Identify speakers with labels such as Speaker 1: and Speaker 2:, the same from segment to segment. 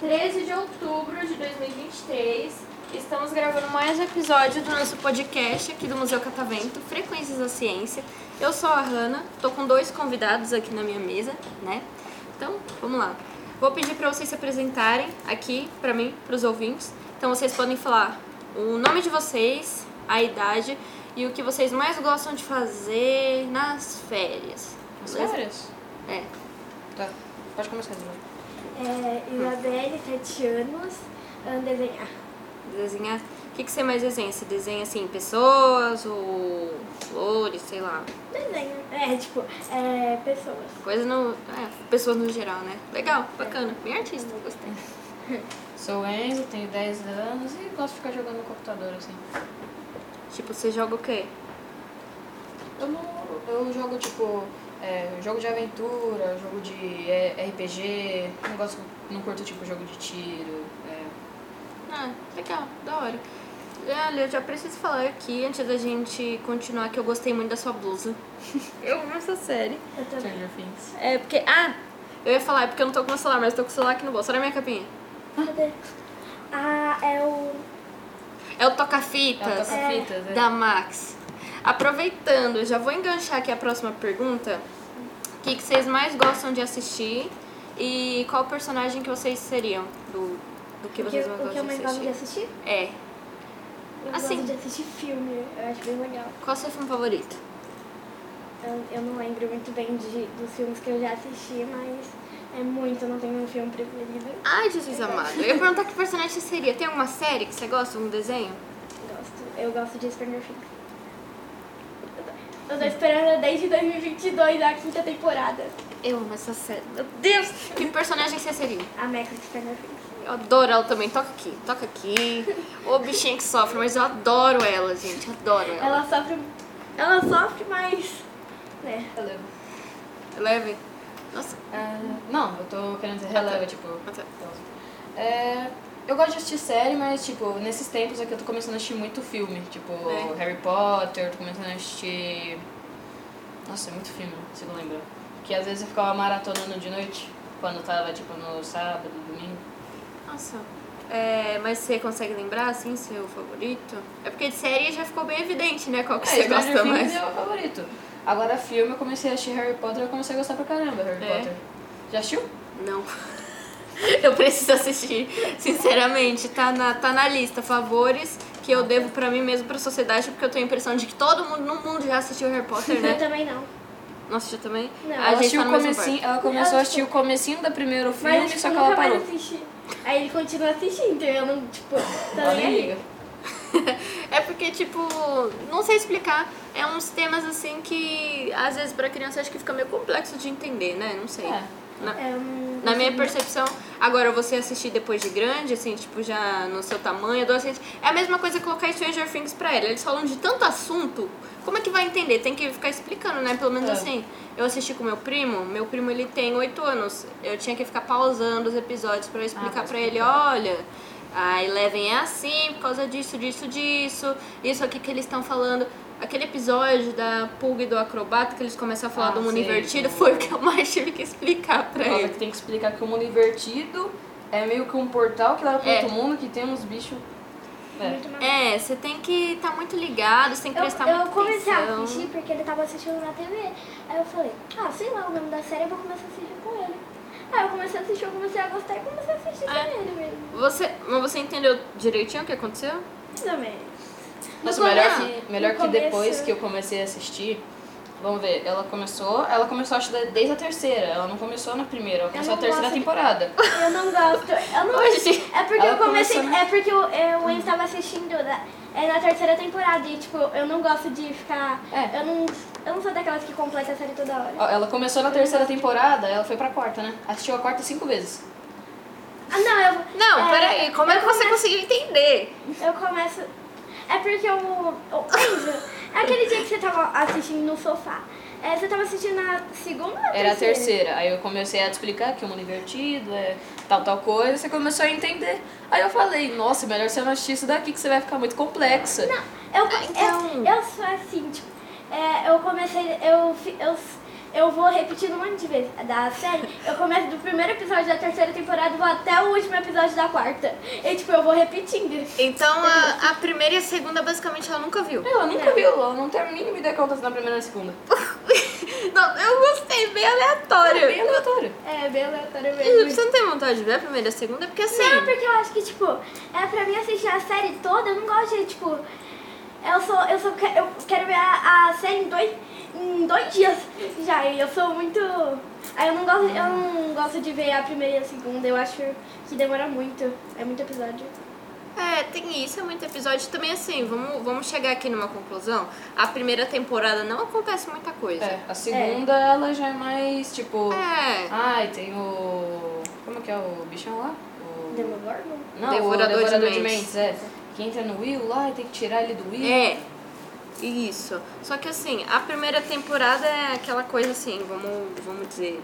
Speaker 1: 13 de outubro de 2023, estamos gravando mais um episódio do nosso podcast aqui do Museu Catavento, Frequências da Ciência. Eu sou a Hanna, tô com dois convidados aqui na minha mesa, né? Então, vamos lá. Vou pedir para vocês se apresentarem aqui para mim, para os ouvintes. Então, vocês podem falar o nome de vocês, a idade e o que vocês mais gostam de fazer nas férias. Beleza?
Speaker 2: Sérias?
Speaker 1: É.
Speaker 2: Tá. Pode começar de novo.
Speaker 3: É, Isabelle, 7 anos, é um amo desenhar.
Speaker 1: Desenhar? O que, que você mais desenha? Você desenha assim, pessoas ou flores, sei lá.
Speaker 3: Desenho, é tipo, é, pessoas.
Speaker 1: Coisa no. É, pessoas no geral, né? Legal, bacana. Bem artista, gostei.
Speaker 2: Sou Enzo, tenho 10 anos e gosto de ficar jogando no computador, assim.
Speaker 1: Tipo, você joga o quê?
Speaker 2: Eu não. Eu jogo tipo. é, jogo de aventura, jogo de é, RPG, não gosto, não curto tipo jogo de tiro. é.
Speaker 1: Ah, legal, da hora. Olha, eu já preciso falar aqui, antes da gente continuar, que eu gostei muito da sua blusa. eu amo essa série.
Speaker 3: Eu também.
Speaker 2: Stranger Things.
Speaker 1: É porque. Ah! Eu ia falar, é porque eu não tô com meu celular, mas eu tô com o celular aqui no bolso. Olha a minha capinha.
Speaker 3: Cadê? Ah, é o.
Speaker 1: É o
Speaker 2: É o
Speaker 1: toca-fitas.
Speaker 2: toca-fitas, é.
Speaker 1: da Max. Aproveitando, já vou enganchar aqui a próxima pergunta. O que, que vocês mais gostam de assistir e qual personagem que vocês seriam do, do que
Speaker 3: o que,
Speaker 1: vocês
Speaker 3: o que eu
Speaker 1: mais
Speaker 3: mais
Speaker 1: gostam
Speaker 3: gosto
Speaker 1: de
Speaker 3: de
Speaker 1: assistir?
Speaker 3: assistir?
Speaker 1: É.
Speaker 3: Eu
Speaker 1: Assim.
Speaker 3: gosto de assistir filme, eu acho bem legal.
Speaker 1: Qual é seu filme favorito?
Speaker 3: Eu, eu não lembro muito bem de, dos filmes que eu já assisti, mas é muito, eu não tenho um filme preferido.
Speaker 1: Ai, Jesus amado. Eu ia perguntar que personagem você seria. Tem alguma série que você gosta, algum desenho?
Speaker 3: Gosto, eu gosto de Stranger Things. Eu tô- Eu tô esperando desde 2022 a quinta temporada.
Speaker 1: Eu amo essa série. Meu Deus! Que personagem que você seria?
Speaker 3: A Mecha de Stranger Things.
Speaker 1: Eu adoro ela também. Toca aqui, toca aqui. Ô bichinha que sofre, mas eu adoro ela, gente. Adoro ela.
Speaker 3: Ela sofre. Ela sofre, mas. Né?
Speaker 2: Relevo.
Speaker 1: Leve. Nossa.
Speaker 2: Ah, não, eu tô querendo dizer relevo, tipo.
Speaker 1: tá.
Speaker 2: É, eu gosto de assistir série, mas tipo, nesses tempos aqui eu tô começando a assistir muito filme, tipo
Speaker 1: É.
Speaker 2: Harry Potter, tô começando a assistir. Nossa, é muito filme, se não lembra. Que às vezes eu ficava maratonando de noite, quando eu tava tipo no sábado, domingo.
Speaker 1: Nossa. É, mas você consegue lembrar, assim, seu favorito? É porque de série já ficou bem evidente, né? Qual que você
Speaker 2: Stranger
Speaker 1: gosta
Speaker 2: Things
Speaker 1: mais.
Speaker 2: é o meu favorito. Agora filme eu comecei a assistir Harry Potter e eu comecei a gostar pra caramba Harry
Speaker 1: É.
Speaker 2: Potter. Já assistiu?
Speaker 1: Não. Eu preciso assistir, sinceramente. Tá na, tá na lista. Favores que eu devo pra mim mesmo, pra sociedade, porque eu tenho a impressão de que todo mundo no mundo já assistiu Harry Potter,
Speaker 3: Eu
Speaker 1: né?
Speaker 3: também não.
Speaker 1: Nossa, eu também?
Speaker 3: Não,
Speaker 1: a
Speaker 2: Ela,
Speaker 1: gente
Speaker 2: assistiu
Speaker 1: tá
Speaker 2: o
Speaker 1: no mesmo barco.
Speaker 2: comecinho, ela começou a assistir o comecinho do primeiro filme,
Speaker 3: Mas
Speaker 2: só
Speaker 3: tipo,
Speaker 2: que ela
Speaker 3: nunca
Speaker 2: parou.
Speaker 3: mais assisti. Aí ele continua assistindo, eu não, tipo,
Speaker 2: Ela
Speaker 3: também
Speaker 2: nem liga.
Speaker 3: aí.
Speaker 1: É porque, tipo, não sei explicar. É uns temas, assim, que às vezes pra criança acho que fica meio complexo de entender, né? Não sei.
Speaker 2: É.
Speaker 1: Na-
Speaker 3: É um-
Speaker 1: Na minha percepção, agora você assistir depois de grande, assim, tipo, já no seu tamanho, adolescente, é a mesma coisa colocar Stranger Things pra ela. Eles falam de tanto assunto, como é que vai entender? Tem que ficar explicando, né? Pelo menos
Speaker 2: É.
Speaker 1: assim, eu assisti com meu primo, meu primo ele tem 8 anos, eu tinha que ficar pausando os episódios pra eu explicar
Speaker 2: pra
Speaker 1: pra ele, olha. A Eleven é assim por causa disso, disso, disso, isso aqui que eles estão falando. Aquele episódio da Pulga e do Acrobata, que eles começam a falar
Speaker 2: Ah,
Speaker 1: do mundo
Speaker 2: sei,
Speaker 1: invertido,
Speaker 2: do-
Speaker 1: foi o que eu mais tive que explicar pra
Speaker 2: Nossa,
Speaker 1: ele.
Speaker 2: que tem que explicar que o mundo invertido é meio que um portal que leva pra
Speaker 1: É.
Speaker 2: outro mundo, que tem uns bichos. É.
Speaker 3: Muito mais-
Speaker 1: É, você tem que estar muito ligado, você tem que prestar
Speaker 3: eu, eu
Speaker 1: muita
Speaker 3: comecei a
Speaker 1: atenção.
Speaker 3: assistir porque ele tava assistindo na TV. Aí eu falei, ah, sei lá o nome da série, eu vou começar a assistir com ele. Aí eu comecei a assistir, eu comecei a gostar e comecei a assistir
Speaker 2: Ah.
Speaker 1: É.
Speaker 3: com ele mesmo.
Speaker 1: Você, mas você entendeu direitinho o que aconteceu?
Speaker 3: Mais ou menos.
Speaker 2: Mas
Speaker 1: No
Speaker 2: melhor
Speaker 1: começo-
Speaker 2: que, melhor
Speaker 3: no
Speaker 2: que depois
Speaker 3: começo-
Speaker 2: que eu comecei a assistir, vamos ver, ela começou, ela começou acho que desde a terceira, ela não começou na primeira, ela começou a
Speaker 3: não
Speaker 2: terceira
Speaker 3: gosto de-
Speaker 2: temporada.
Speaker 3: Eu não gosto. Eu não
Speaker 1: Hoje.
Speaker 3: É porque
Speaker 2: Ela
Speaker 3: eu comecei.
Speaker 2: começou- né?
Speaker 3: É porque eu, eu, o Enzo tava assistindo da, é na terceira temporada e, tipo, eu não gosto de ficar.
Speaker 2: É.
Speaker 3: Eu, não, eu não sou daquelas que completa a série toda hora.
Speaker 2: Ó, Ela começou na terceira temporada, ela foi pra quarta, né? Assistiu a quarta cinco vezes.
Speaker 3: Ah, não, eu.
Speaker 1: Não,
Speaker 3: é,
Speaker 1: peraí, como é
Speaker 3: eu
Speaker 1: que você
Speaker 3: come-
Speaker 1: conseguiu entender?
Speaker 3: Eu começo. É porque eu. eu Enzo, aquele dia que você tava assistindo no sofá. É, você tava assistindo a segunda ou
Speaker 2: Era a terceira. Aí eu comecei a te explicar que o mundo invertido é tal, tal coisa. Você começou a entender. Aí eu falei, nossa, melhor você não assistir isso daqui que você vai ficar muito complexa.
Speaker 3: Eu,
Speaker 1: então-
Speaker 3: eu, eu sou assim, tipo, é, eu comecei, eu, fi- eu, eu vou repetindo um monte de vezes da série. Eu começo do primeiro episódio da terceira temporada e vou até o último episódio da quarta. E tipo, eu vou repetindo.
Speaker 1: Então a, a primeira e a segunda, basicamente, ela nunca viu.
Speaker 2: Ela nunca viu, ela não tem a mínima ideia que acontece na primeira e na segunda.
Speaker 1: Não, eu gostei, bem
Speaker 2: É bem
Speaker 1: aleatório.
Speaker 2: aleatório.
Speaker 3: É, bem aleatório mesmo.
Speaker 1: Você não tem vontade de ver a primeira e a segunda? Porque assim.
Speaker 3: Não, porque eu acho que, tipo, é pra mim assistir a série toda, eu não gosto de, tipo. Eu sou. Eu sou. que- Eu quero ver a, a série em dois, em dois dias já. E eu sou muito. Aí eu não gosto. Eu não gosto de ver a primeira e a segunda. Eu acho que demora muito. É muito episódio.
Speaker 1: É, tem isso, é muito episódio. Também assim, vamos, vamos chegar aqui numa conclusão. A primeira temporada não acontece muita coisa.
Speaker 2: É, a segunda, ela já é mais, tipo...
Speaker 1: É.
Speaker 2: Ai, tem o... Como que é o bichão lá? O...
Speaker 3: Demogorgon?
Speaker 2: Não,
Speaker 1: Devorador
Speaker 2: o
Speaker 1: de
Speaker 2: Devorador de
Speaker 1: Mentes.
Speaker 2: Mentes. é. Que entra no Will lá e tem que tirar ele do Will.
Speaker 1: É. Isso. Só que assim, a primeira temporada é aquela coisa assim, vamos, vamos dizer,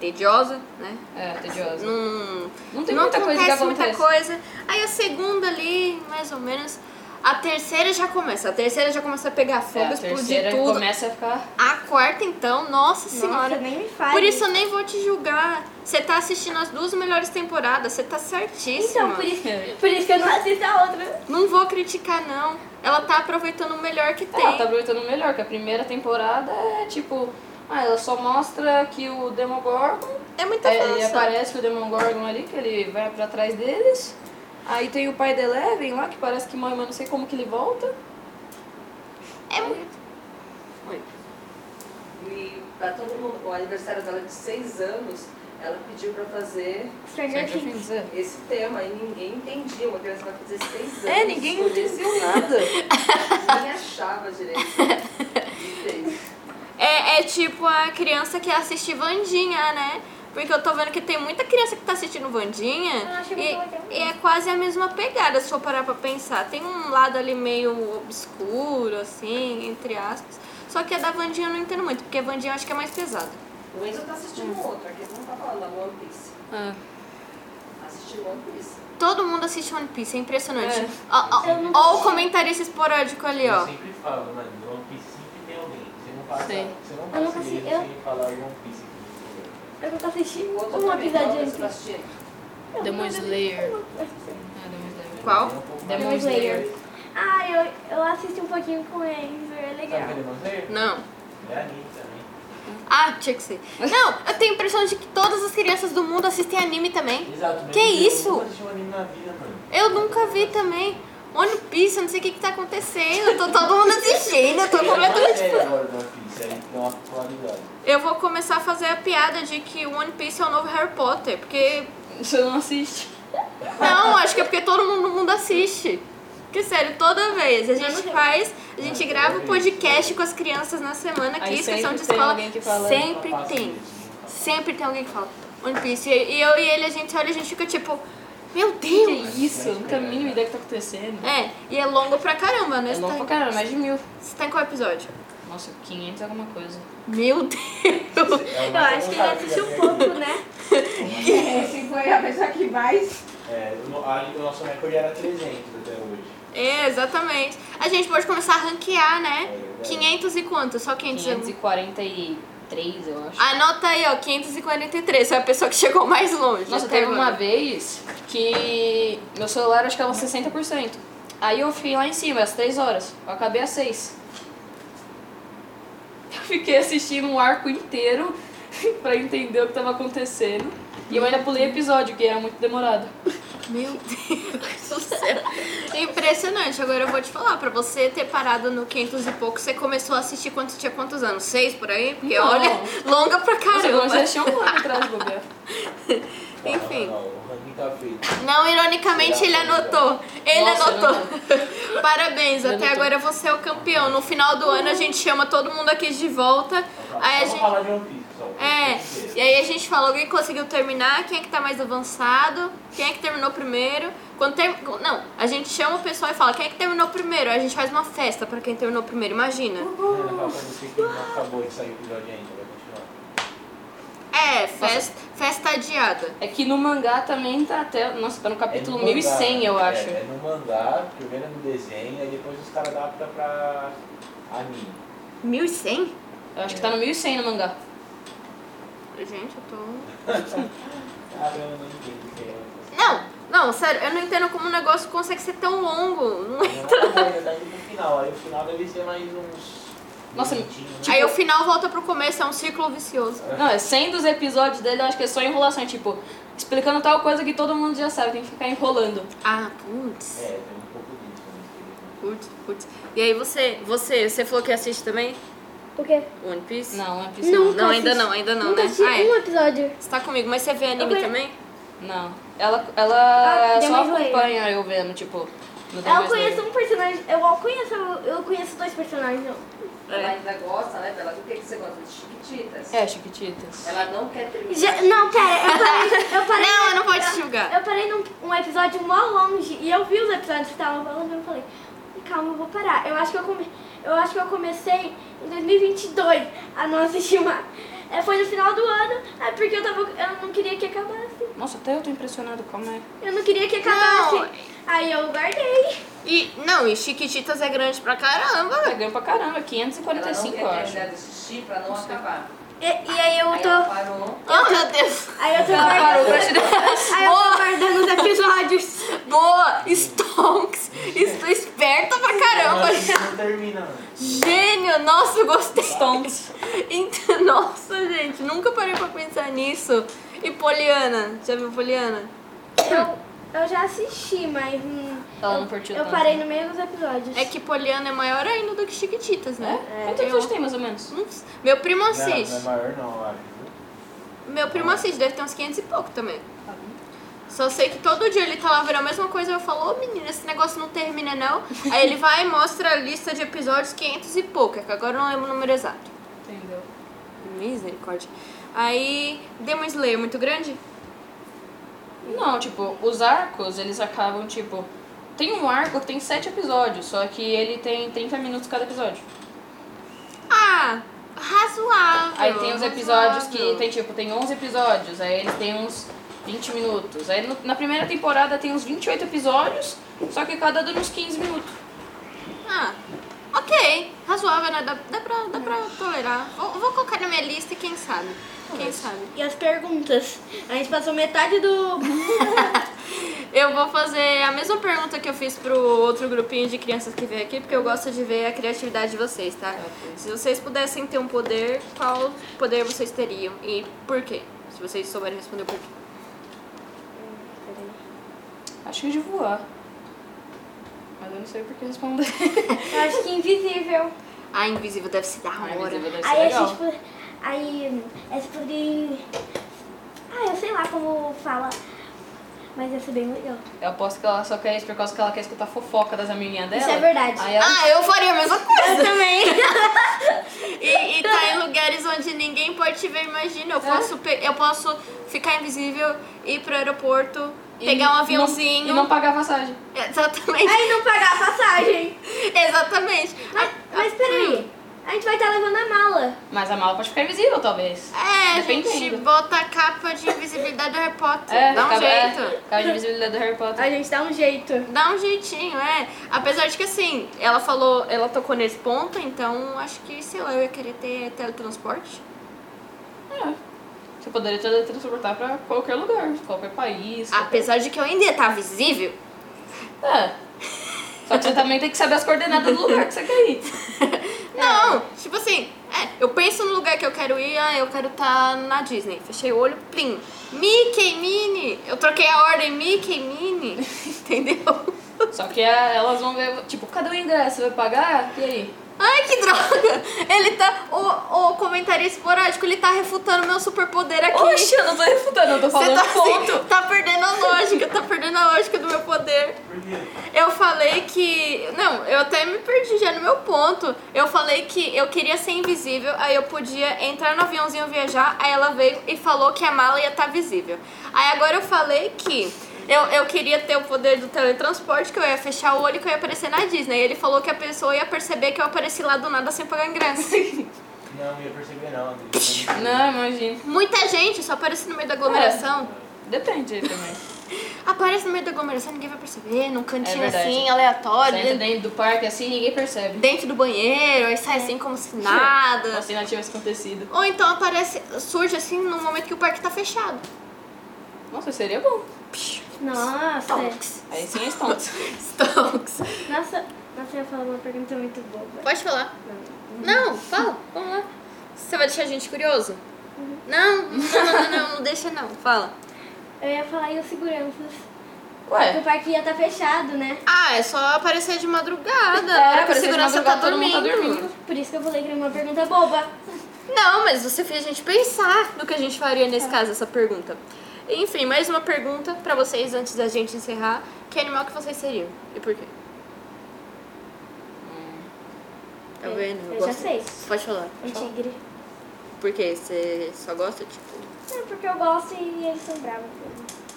Speaker 1: tediosa, né?
Speaker 2: É, tedioso.
Speaker 1: Não,
Speaker 2: Não tem
Speaker 1: não
Speaker 2: muita coisa que
Speaker 1: acontece muita
Speaker 2: acontece.
Speaker 1: coisa. Aí a segunda ali, mais ou menos. A terceira já começa. A terceira já começa a pegar
Speaker 2: É,
Speaker 1: fogo,
Speaker 2: a
Speaker 1: explodir
Speaker 2: terceira
Speaker 1: tudo.
Speaker 2: começa a ficar...
Speaker 1: A quarta, então, nossa senhora.
Speaker 3: Nossa, nem me faz.
Speaker 1: Por isso eu nem vou te julgar. Você tá assistindo as duas melhores temporadas, você tá certíssima.
Speaker 3: Então, por isso,
Speaker 2: É,
Speaker 3: por isso que eu não assisto a outra.
Speaker 1: Não vou criticar, não. Ela tá aproveitando o melhor que tem.
Speaker 2: Ela tá aproveitando melhor, que a primeira temporada é tipo. Ah, ela só mostra que o Demogorgon.
Speaker 1: É muita
Speaker 2: É, ele
Speaker 1: força.
Speaker 2: aparece que o Demogorgon ali, que ele vai pra trás deles. Aí tem o pai da Eleven lá, que parece que mãe, mas não sei como que ele volta.
Speaker 1: É muito.
Speaker 4: Oi. E pra todo mundo, o aniversário dela é de seis anos, ela pediu pra fazer
Speaker 3: Stranger Things.
Speaker 4: esse tema e ninguém entendia. Uma criança vai fazer seis anos.
Speaker 2: É, ninguém entendeu nada.
Speaker 4: Ninguém achava direito. E fez.
Speaker 1: É, é tipo a criança que assiste Vandinha, né? Porque eu tô vendo que tem muita criança que tá assistindo Vandinha.
Speaker 3: Ah, achei muito legal.
Speaker 1: e, e é quase a mesma pegada, se for parar pra pensar. Tem um lado ali meio obscuro, assim, entre aspas. Só que a da Vandinha eu não entendo muito, porque a Vandinha eu acho que é mais pesada.
Speaker 4: O Enzo tá assistindo
Speaker 2: Hum.
Speaker 4: outro, aqui ele não tá falando, a One Piece.
Speaker 2: Ah,
Speaker 4: Assistiu One Piece.
Speaker 1: Todo mundo assiste One Piece, é impressionante.
Speaker 2: É.
Speaker 1: Ó, ó,
Speaker 3: Eu não
Speaker 1: ó o comentarista esporádico ali,
Speaker 5: Eu
Speaker 1: ó.
Speaker 5: sempre falo, mano, do One Piece sempre tem alguém. Você não passa,
Speaker 2: Sim.
Speaker 5: você não
Speaker 3: Eu nunca
Speaker 5: passa
Speaker 3: assisti-
Speaker 5: dele
Speaker 3: eu-
Speaker 5: sem falar One Piece. aqui.
Speaker 3: Eu nunca assisti
Speaker 4: O outro
Speaker 3: um
Speaker 4: também, qual
Speaker 3: episódio
Speaker 4: que você tá
Speaker 3: antes.
Speaker 4: assistindo?
Speaker 2: Demon Slayer.
Speaker 3: um
Speaker 1: Qual?
Speaker 5: Tem um pouco
Speaker 2: Demon
Speaker 5: mais de
Speaker 3: Slayer.
Speaker 5: tempo.
Speaker 3: Ah, eu, eu assisti um pouquinho com eles, é
Speaker 5: Sabe
Speaker 3: legal.
Speaker 5: o Demon Slayer?
Speaker 1: Não.
Speaker 5: É anime também.
Speaker 1: Ah, tinha que ser. Não, eu tenho a impressão de que todas as crianças do mundo assistem anime também.
Speaker 5: Exato. mas
Speaker 1: Que
Speaker 5: eu
Speaker 1: isso?
Speaker 5: nunca assisti um anime na vida, mano.
Speaker 1: Eu nunca vi também. One Piece, eu não sei o que, que tá acontecendo. Tô todo mundo assistindo, eu tô
Speaker 5: Eu
Speaker 1: completamente.
Speaker 5: é série agora do One Piece, aí tem uma atualidade.
Speaker 1: Eu vou começar a fazer a piada de que One Piece é o novo Harry Potter, porque.
Speaker 2: Você não assiste.
Speaker 1: Não, acho que é porque todo mundo no mundo assiste. Porque, sério, toda vez a gente faz, a gente grava um podcast com as crianças na semana que
Speaker 2: Aí
Speaker 1: inscrição de
Speaker 2: sempre tem
Speaker 1: escola.
Speaker 2: alguém que fala,
Speaker 1: Sempre
Speaker 5: Só passa né?
Speaker 1: tem.
Speaker 5: isso, não passa.
Speaker 1: Sempre tem alguém que fala One Piece. E e eu e ele, a gente olha e a gente fica tipo, meu
Speaker 2: Que
Speaker 1: Deus!
Speaker 2: isso? Eu não tenho a mínima ideia do que tá acontecendo.
Speaker 1: É, e é longo pra caramba, né?
Speaker 2: É
Speaker 1: Você
Speaker 2: louco pra
Speaker 1: tá,
Speaker 2: caramba, mais de mil.
Speaker 1: você tá em qual episódio?
Speaker 2: Nossa, 500 alguma coisa.
Speaker 1: Meu Deus!
Speaker 5: É
Speaker 3: Eu
Speaker 5: uma-
Speaker 3: acho que ele assistiu um pouco, né?
Speaker 4: Esse foi a pessoa que mais.
Speaker 5: É, o no- a- o nosso recorde era 300 até hoje.
Speaker 1: É, exatamente. A gente pode começar a ranquear,
Speaker 5: É,
Speaker 1: né? 500 e quanto? Só 500 e- um.
Speaker 2: 543, eu acho.
Speaker 1: Anota aí, ó, 543. Foi a pessoa que chegou mais longe.
Speaker 2: Nossa,
Speaker 1: até
Speaker 2: teve uma
Speaker 1: agora.
Speaker 2: vez que meu celular acho que tava 60%. Aí eu fui lá em cima, às 3 horas. Eu acabei às 6. Eu fiquei assistindo um arco inteiro pra entender o que tava acontecendo. E eu ainda pulei episódio, que era muito demorado.
Speaker 1: Meu Deus do céu. Impressionante. Agora eu vou te falar, pra você ter parado no 500 e pouco, você começou a assistir quando você tinha quantos anos? Seis por aí? Porque
Speaker 2: Não.
Speaker 1: olha, longa pra
Speaker 2: Nossa, eu já
Speaker 1: caramba.
Speaker 2: achei um ano atrás, bobeira.
Speaker 1: Enfim.
Speaker 5: Tá, Não, não, não, o ranking tá feito.
Speaker 1: Não, ironicamente, ele anotou. Ele
Speaker 2: Nossa,
Speaker 1: anotou. Parabéns,
Speaker 2: Ele
Speaker 1: até
Speaker 2: anotou.
Speaker 1: agora você é o campeão. No final do ano a gente chama todo mundo aqui de volta.
Speaker 5: Só
Speaker 1: Aí a
Speaker 5: vou
Speaker 1: gente.
Speaker 5: falar de One Piece, pessoal.
Speaker 1: É, e aí a gente falou quem conseguiu terminar, quem é que tá mais avançado, quem é que terminou primeiro. Quando ter... Não, a gente chama o pessoal e fala quem é que terminou primeiro. Aí a gente faz uma festa pra quem terminou primeiro, imagina.
Speaker 5: Não acabou de sair o episódio ainda, vai continuar.
Speaker 1: É, festa, festa adiada.
Speaker 2: É que no mangá também tá até. Nossa, tá no capítulo
Speaker 5: É no
Speaker 2: 1100, eu
Speaker 5: mangá,
Speaker 2: acho.
Speaker 5: É, é no mangá, primeiro é no desenho, aí depois os caras adaptam pra anime.
Speaker 1: 1100?
Speaker 2: Eu acho que tá no 1100 no mangá.
Speaker 1: Gente, eu tô.
Speaker 5: Caramba, não entendo o que é.
Speaker 1: Não, não, sério, eu não entendo como o negócio consegue ser tão longo. Não é?
Speaker 5: Não acabou, ainda tá indo pro final, aí o final deve ser mais uns...
Speaker 2: Nossa,
Speaker 5: minutinhos, né?
Speaker 1: Aí o final volta pro começo, é um círculo vicioso.
Speaker 2: Não, é 100 dos episódios dele, eu acho que é só enrolação. é Tipo, explicando tal coisa que todo mundo já sabe, tem que ficar enrolando.
Speaker 1: Ah, putz.
Speaker 5: É, tem um pouco disso. né?
Speaker 1: Putz, putz. E aí você, você, você falou que assiste também
Speaker 3: O quê?
Speaker 1: One Piece?
Speaker 2: Não, é preciso.
Speaker 3: Não,
Speaker 1: Não, ainda não, ainda não,
Speaker 3: Nunca
Speaker 1: né?
Speaker 3: assisti
Speaker 1: Ah, é.
Speaker 3: um episódio.
Speaker 1: Você tá comigo, mas você vê anime
Speaker 3: Eu-
Speaker 1: também?
Speaker 2: Não. Ela, ela
Speaker 3: Ah, deu
Speaker 2: só
Speaker 3: uma enjoei.
Speaker 2: acompanha eu vendo, tipo. No
Speaker 3: Eu
Speaker 2: Demais
Speaker 3: conheço
Speaker 2: Slayer.
Speaker 3: um personagem. Eu conheço. Eu conheço dois personagens. não.
Speaker 4: Ela ainda gosta, né, Bela? Do que, que você gosta? De
Speaker 3: um-
Speaker 4: chiquititas?
Speaker 2: É, Chiquititas.
Speaker 4: Ela não quer terminar.
Speaker 3: Já- não, pera, eu parei. Eu parei
Speaker 1: Não, eu não vou te julgar.
Speaker 3: Eu parei num um episódio mó longe e eu vi os episódios que estavam falando e eu falei, calma, eu vou parar. Eu acho que eu, come, eu, acho que eu comecei em 2022 a não assistir mais. É, foi no final do ano, é porque eu, tava, eu não queria que acabasse.
Speaker 2: Nossa, até eu tô impressionado, é. calma aí.
Speaker 3: Eu não queria que acabasse.
Speaker 1: Não.
Speaker 3: Aí eu guardei.
Speaker 1: E, não, e Chiquititas é grande pra caramba,
Speaker 2: Tá
Speaker 1: velho.
Speaker 2: ganhando pra caramba,
Speaker 4: Ela não é
Speaker 2: 545,
Speaker 4: quer
Speaker 2: eu acho.
Speaker 4: terminar de assistir pra não acabar.
Speaker 3: E, e aí eu
Speaker 4: Aí
Speaker 3: tô.
Speaker 4: ela parou.
Speaker 1: Oh, meu Deus.
Speaker 3: Aí eu tô
Speaker 2: Parou pra
Speaker 3: guardando.
Speaker 2: te dar.
Speaker 3: Aí eu tô guardando os episódios.
Speaker 1: Boa, Stonks. Estou esperta pra
Speaker 5: Eu
Speaker 1: caramba.
Speaker 5: acho que não termina, né?
Speaker 1: Gênio, nossa, eu gostei.
Speaker 2: Stonks.
Speaker 1: Então, Nossa, gente, nunca parei pra pensar nisso. E Poliana, já viu Poliana?
Speaker 3: Eu, eu já assisti, mas. hum,
Speaker 2: Ela não
Speaker 3: eu-
Speaker 2: curtiu
Speaker 3: Eu
Speaker 2: tanto.
Speaker 3: parei no meio dos episódios.
Speaker 1: É que Poliana é maior ainda do que Chiquititas, né?
Speaker 2: É? Quantos
Speaker 1: eu-
Speaker 2: episódios tem, mais ou menos?
Speaker 1: Não s- Meu primo
Speaker 5: Não, não é
Speaker 1: assiste.
Speaker 5: maior não, eu acho.
Speaker 1: Meu primo assiste, deve ter uns 500 e pouco também. Só sei que todo dia ele tá lá vendo a mesma coisa. Eu falo, ô menina, esse negócio não termina não. Aí ele vai e mostra a lista de episódios 500 e pouco, é que agora eu não lembro o número exato.
Speaker 2: Entendeu?
Speaker 1: Misericórdia. Aí, Demon Slayer muito grande?
Speaker 2: Não, tipo, os arcos, eles acabam, tipo. Tem um arco que tem sete episódios, só que ele tem 30 minutos cada episódio.
Speaker 1: Ah, razoável.
Speaker 2: Aí tem os episódios que
Speaker 1: razoável.
Speaker 2: tem, tipo, tem 11 episódios, aí ele tem uns 20 minutos. Aí no- na primeira temporada tem uns 28 episódios, só que cada dura uns 15 minutos.
Speaker 1: Ah, ok. Razoável, né? Dá, dá, pra, dá pra tolerar. Vou, vou colocar na minha lista e quem sabe. Quem sabe.
Speaker 3: E as perguntas? A gente passou metade do.
Speaker 1: Eu vou fazer a mesma pergunta que eu fiz pro outro grupinho de crianças que veio aqui, porque eu gosto de ver a criatividade de vocês, tá? Se vocês pudessem ter um poder, qual poder vocês teriam e por quê? Se vocês souberem responder o porquê.
Speaker 2: Acho que de voar. Mas eu não sei por que responder.
Speaker 3: Eu acho que invisível.
Speaker 1: A invisível deve se dar hora.
Speaker 3: Aí a gente. po- Aí. hum, Essa poderia. Ah, eu sei lá como fala. Mas ia ser bem legal.
Speaker 2: Eu aposto que ela só quer isso por causa que ela quer escutar fofoca das amiguinhas dela.
Speaker 3: Isso é verdade.
Speaker 2: Aí ela
Speaker 1: Ah, eu faria a mesma coisa.
Speaker 3: Eu também.
Speaker 1: E, e tá em lugares onde ninguém pode te ver, imagina.
Speaker 2: É.
Speaker 1: Eu posso, pe- eu posso ficar invisível, ir pro aeroporto,
Speaker 2: e
Speaker 1: pegar um
Speaker 2: não-
Speaker 1: aviãozinho.
Speaker 2: e não pagar a passagem.
Speaker 1: Exatamente.
Speaker 3: Aí não pagar a passagem.
Speaker 1: Exatamente. Ah, hum.
Speaker 3: Mas, mas peraí. A gente vai estar levando a mala.
Speaker 2: Mas a mala pode ficar invisível, talvez.
Speaker 1: É, a gente
Speaker 2: Dependendo.
Speaker 1: bota a capa de invisibilidade do Harry Potter.
Speaker 2: É,
Speaker 1: Dá um
Speaker 2: acaba- é,
Speaker 1: jeito.
Speaker 2: acaba de invisibilidade do Harry Potter.
Speaker 3: A gente dá um jeito.
Speaker 1: Dá um jeitinho, é. Apesar de que assim, ela falou, ela tocou nesse ponto, então acho que, sei lá, eu ia querer ter teletransporte.
Speaker 6: É.
Speaker 2: Você poderia teletransportar pra qualquer lugar, qualquer país.
Speaker 6: Ah,
Speaker 2: qualquer-
Speaker 1: Apesar de que eu ainda ia estar visível.
Speaker 2: É. Só que você também tem que saber as coordenadas do lugar que você quer ir.
Speaker 1: Não, tipo assim, é, eu penso no lugar que eu quero ir, ah, eu quero estar na Disney. Fechei o olho, plim. Mickey, Minnie. Eu troquei a ordem Mickey, Minnie. Entendeu?
Speaker 6: é,
Speaker 2: Só que ah, elas vão ver, tipo, cadê o ingresso? Você vai pagar? E aí?
Speaker 1: Ai, que droga! Ele tá. O, o comentário esporádico, ele tá refutando meu superpoder aqui.
Speaker 6: Oxe, eu não tô refutando, eu tô
Speaker 1: Você
Speaker 6: falando
Speaker 1: tá,
Speaker 6: ponto.
Speaker 1: assim, tá perdendo a lógica, tá perdendo a lógica do meu poder.
Speaker 5: Por quê?
Speaker 1: Eu falei que. Não, eu até me perdi já no meu ponto. Eu falei que eu queria ser invisível, aí eu podia entrar no aviãozinho viajar, aí ela veio e falou que a mala ia estar visível. Aí agora eu falei que. Eu, eu queria ter o poder do teletransporte, que eu ia fechar o olho e que eu ia aparecer na Disney. E ele falou que a pessoa ia perceber que eu apareci lá do nada sem pagar ingresso.
Speaker 5: Não, não ia perceber não. Adri.
Speaker 6: Não, imagina.
Speaker 1: Muita gente só aparece no meio da aglomeração.
Speaker 6: Depende também.
Speaker 1: Aparece no meio da aglomeração, ninguém vai perceber, num cantinho
Speaker 6: verdade.
Speaker 1: assim,
Speaker 6: Você
Speaker 1: aleatório,
Speaker 6: entra dentro do parque assim ninguém
Speaker 2: é
Speaker 6: percebe.
Speaker 1: dentro do banheiro, aí sai assim como se
Speaker 6: Como
Speaker 1: nada.
Speaker 6: se nada tivesse acontecido.
Speaker 1: Ou então aparece, surge assim no momento que o parque tá fechado.
Speaker 6: Nossa, seria bom.
Speaker 3: Nossa.
Speaker 1: Stonks.
Speaker 6: Aí sim é stonks.
Speaker 1: Stonks.
Speaker 3: Nossa, nossa, eu ia falar uma pergunta muito boba.
Speaker 1: Pode falar?
Speaker 3: Não.
Speaker 1: Não, fala, vamos lá. Você vai deixar a gente curioso? Uhum. Não, não, não, não, não, não deixa não, fala.
Speaker 3: Eu ia falar e os seguranças. Porque
Speaker 4: É.
Speaker 6: Ué,
Speaker 3: o parque ia estar fechado, né?
Speaker 1: Ah, é só aparecer de madrugada.
Speaker 6: É,
Speaker 1: a hora que o
Speaker 6: aparecer de
Speaker 1: segurança tá
Speaker 6: madrugada, todo mundo tá dormindo.
Speaker 3: Por isso que eu falei que era uma pergunta boba.
Speaker 1: Não, mas você fez a gente pensar no que a gente faria nesse caso, essa pergunta. Enfim, mais uma pergunta pra vocês antes da gente encerrar. Que animal que vocês seriam e por quê? Tá
Speaker 3: Eu-
Speaker 1: vendo?
Speaker 3: eu já
Speaker 1: gosto.
Speaker 3: sei.
Speaker 1: Pode falar.
Speaker 3: Um tigre.
Speaker 1: Por quê? Você só gosta, tipo...
Speaker 3: Não, É, porque eu gosto e eles são bravos.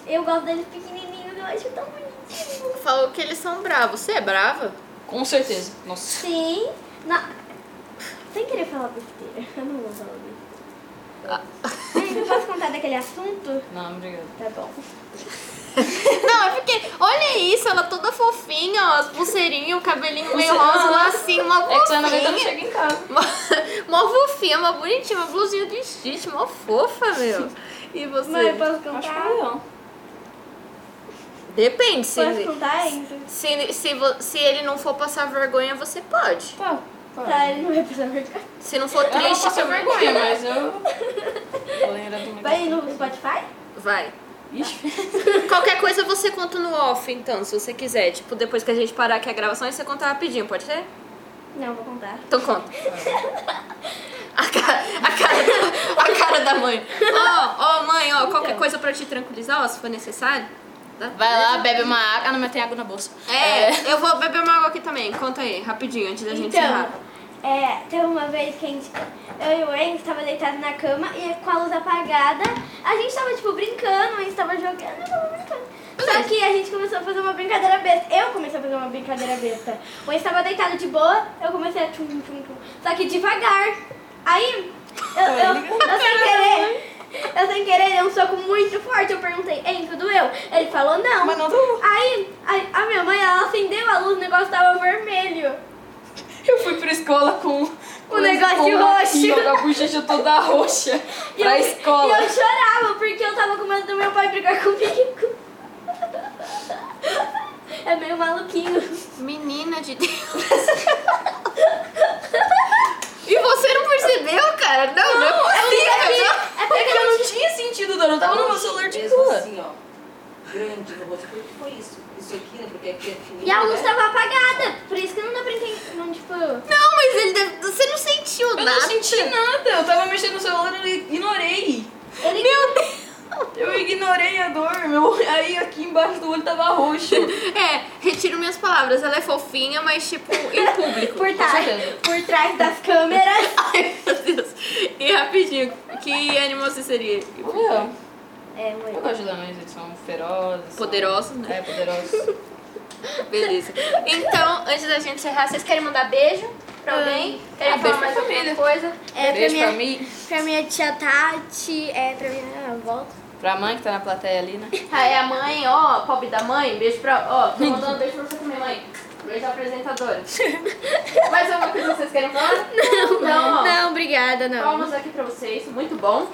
Speaker 3: Eu gosto deles pequenininhos, eu acho tão bonitinho.
Speaker 1: Falou que eles são bravos. Você é brava?
Speaker 6: com certeza. Nossa.
Speaker 3: Sim. Na... Sem querer falar besteira. Eu não vou falar besteira. Gente, eu posso contar daquele assunto?
Speaker 6: Não, obrigado.
Speaker 3: Tá bom.
Speaker 1: Não, é porque... Olha isso, ela é toda fofinha, ó. As pulseirinhas, o cabelinho meio rosa, lá assim, uma
Speaker 6: É que você não
Speaker 1: fofinha.
Speaker 6: aguenta não chega em casa.
Speaker 1: Mó, mó fofinha, mó bonitinha, uma blusinha de xixi, mó fofa, meu. E você?
Speaker 3: Mãe, eu posso
Speaker 6: Acho que
Speaker 3: contar?
Speaker 6: não.
Speaker 1: Depende, se,
Speaker 3: Posso contar isso?
Speaker 1: se, se, vo- se ele não for passar vergonha, você pode.
Speaker 6: Tá.
Speaker 3: Tá, ele não vai precisar vergonha.
Speaker 1: Se não for
Speaker 6: Eu não
Speaker 1: triste,
Speaker 6: passei
Speaker 1: você
Speaker 6: vergonha, mas eu... Vou lembrar do meu-
Speaker 3: Vai no Spotify?
Speaker 1: vai.
Speaker 6: Ixi.
Speaker 1: Qualquer coisa você conta no off, então, se você quiser. Tipo, depois que a gente parar aqui a gravação, aí você conta rapidinho, pode ser?
Speaker 3: Não, vou contar.
Speaker 1: Então conta. A cara, a cara, a cara da mãe. Ó, ó, mãe, ó, qualquer coisa pra te tranquilizar, ó, se for necessário. Tá?
Speaker 6: Vai lá, bebe uma água. Ah, não, mas tem água na bolsa.
Speaker 1: É, eu vou beber uma água aqui também. Conta aí, rapidinho, antes da gente
Speaker 3: Então,
Speaker 1: encerrar.
Speaker 3: é, teve uma vez que a gente, eu e o Enzo estava deitado na cama e com a luz apagada, a gente tava tipo brincando, a gente tava jogando, eu tava brincando. Só que a gente começou a fazer uma brincadeira besta. Eu comecei a fazer uma brincadeira besta. O Enzo tava deitado de boa, eu comecei a tchum, tchum, tchum. Só que devagar. Aí, eu, eu, eu sem querer, eu sem querer, dei um soco muito forte. Eu perguntei, Enzo, doeu? Ele falou, não.
Speaker 6: Mas não doeu.
Speaker 3: Aí, a, a minha mãe, ela acendeu a luz, o negócio tava vermelho.
Speaker 6: Eu fui pra escola com um com
Speaker 3: Um negócio
Speaker 6: esse pombo aqui,
Speaker 3: roxo.
Speaker 6: ó, Com a bochecha toda roxa.
Speaker 3: E
Speaker 6: pra
Speaker 3: eu-
Speaker 6: escola.
Speaker 3: E eu chorava porque eu tava com medo do meu pai brigar comigo. É meio maluquinho.
Speaker 1: Menina de Deus. e você não percebeu, cara? Não, não, é possível, não.
Speaker 6: É porque eu não tinha sentido, dona. Eu tava no meu celular de
Speaker 4: Mesmo
Speaker 6: rua.
Speaker 4: assim, ó. Grande no rosto. Por que foi isso? Isso aqui, né? Porque aqui é fininho.
Speaker 3: E a luz
Speaker 4: né?
Speaker 1: tá-
Speaker 3: tava apagada. Por isso que não dá pra entender. Não, tipo.
Speaker 1: Não, mas ele deve- você não sentiu
Speaker 6: Eu
Speaker 1: nada.
Speaker 6: não senti nada. Eu tava mexendo no celular e eu ignorei.
Speaker 3: Ele... Meu Deus!
Speaker 6: Eu ignorei a dor, meu. Aí aqui embaixo do olho tava roxo.
Speaker 1: É, retiro minhas palavras. Ela é fofinha, mas tipo, em público.
Speaker 3: Por trás,
Speaker 6: certeza.
Speaker 3: por trás das câmeras.
Speaker 1: Ai, meu Deus. E rapidinho, que animal você seria?
Speaker 6: Eu,
Speaker 3: É,
Speaker 6: "Ah, eu
Speaker 3: mãe.
Speaker 6: gosto de leões, eles são ferozes. são-
Speaker 1: Poderosos, né?
Speaker 6: É, poderosos.
Speaker 1: Beleza. Então, antes da gente encerrar, vocês querem mandar beijo pra alguém? Querem
Speaker 6: Ah,
Speaker 1: falar
Speaker 6: beijo
Speaker 1: mais
Speaker 6: pra
Speaker 1: alguma
Speaker 6: família.
Speaker 1: coisa?
Speaker 3: É, pra
Speaker 6: Beijo pra
Speaker 3: minha,
Speaker 6: mim,
Speaker 3: pra minha tia Tati, é pra minha avó.
Speaker 6: pra mãe que tá na plateia ali, né?
Speaker 1: Ah, é a mãe, ó, pobre da mãe, beijo pra. Ó, tô mandando um beijo pra você também, mãe. Beijo à apresentadora. Mais alguma coisa que vocês querem falar? Não, não,
Speaker 6: né?
Speaker 1: ó.
Speaker 3: Não, obrigada, não.
Speaker 1: Palmas aqui pra vocês, muito bom.